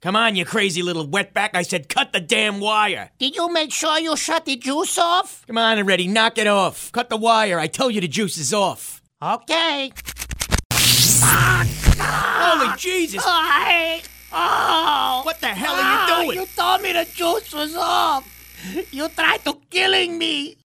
Come on, you crazy little wetback. I said cut the damn wire. Did you make sure you shut the juice off? Come on already, knock it off. Cut the wire. I tell you the juice is off. Okay. Holy Jesus! I, oh, What the hell are you doing? You told me the juice was off. You tried to killing me.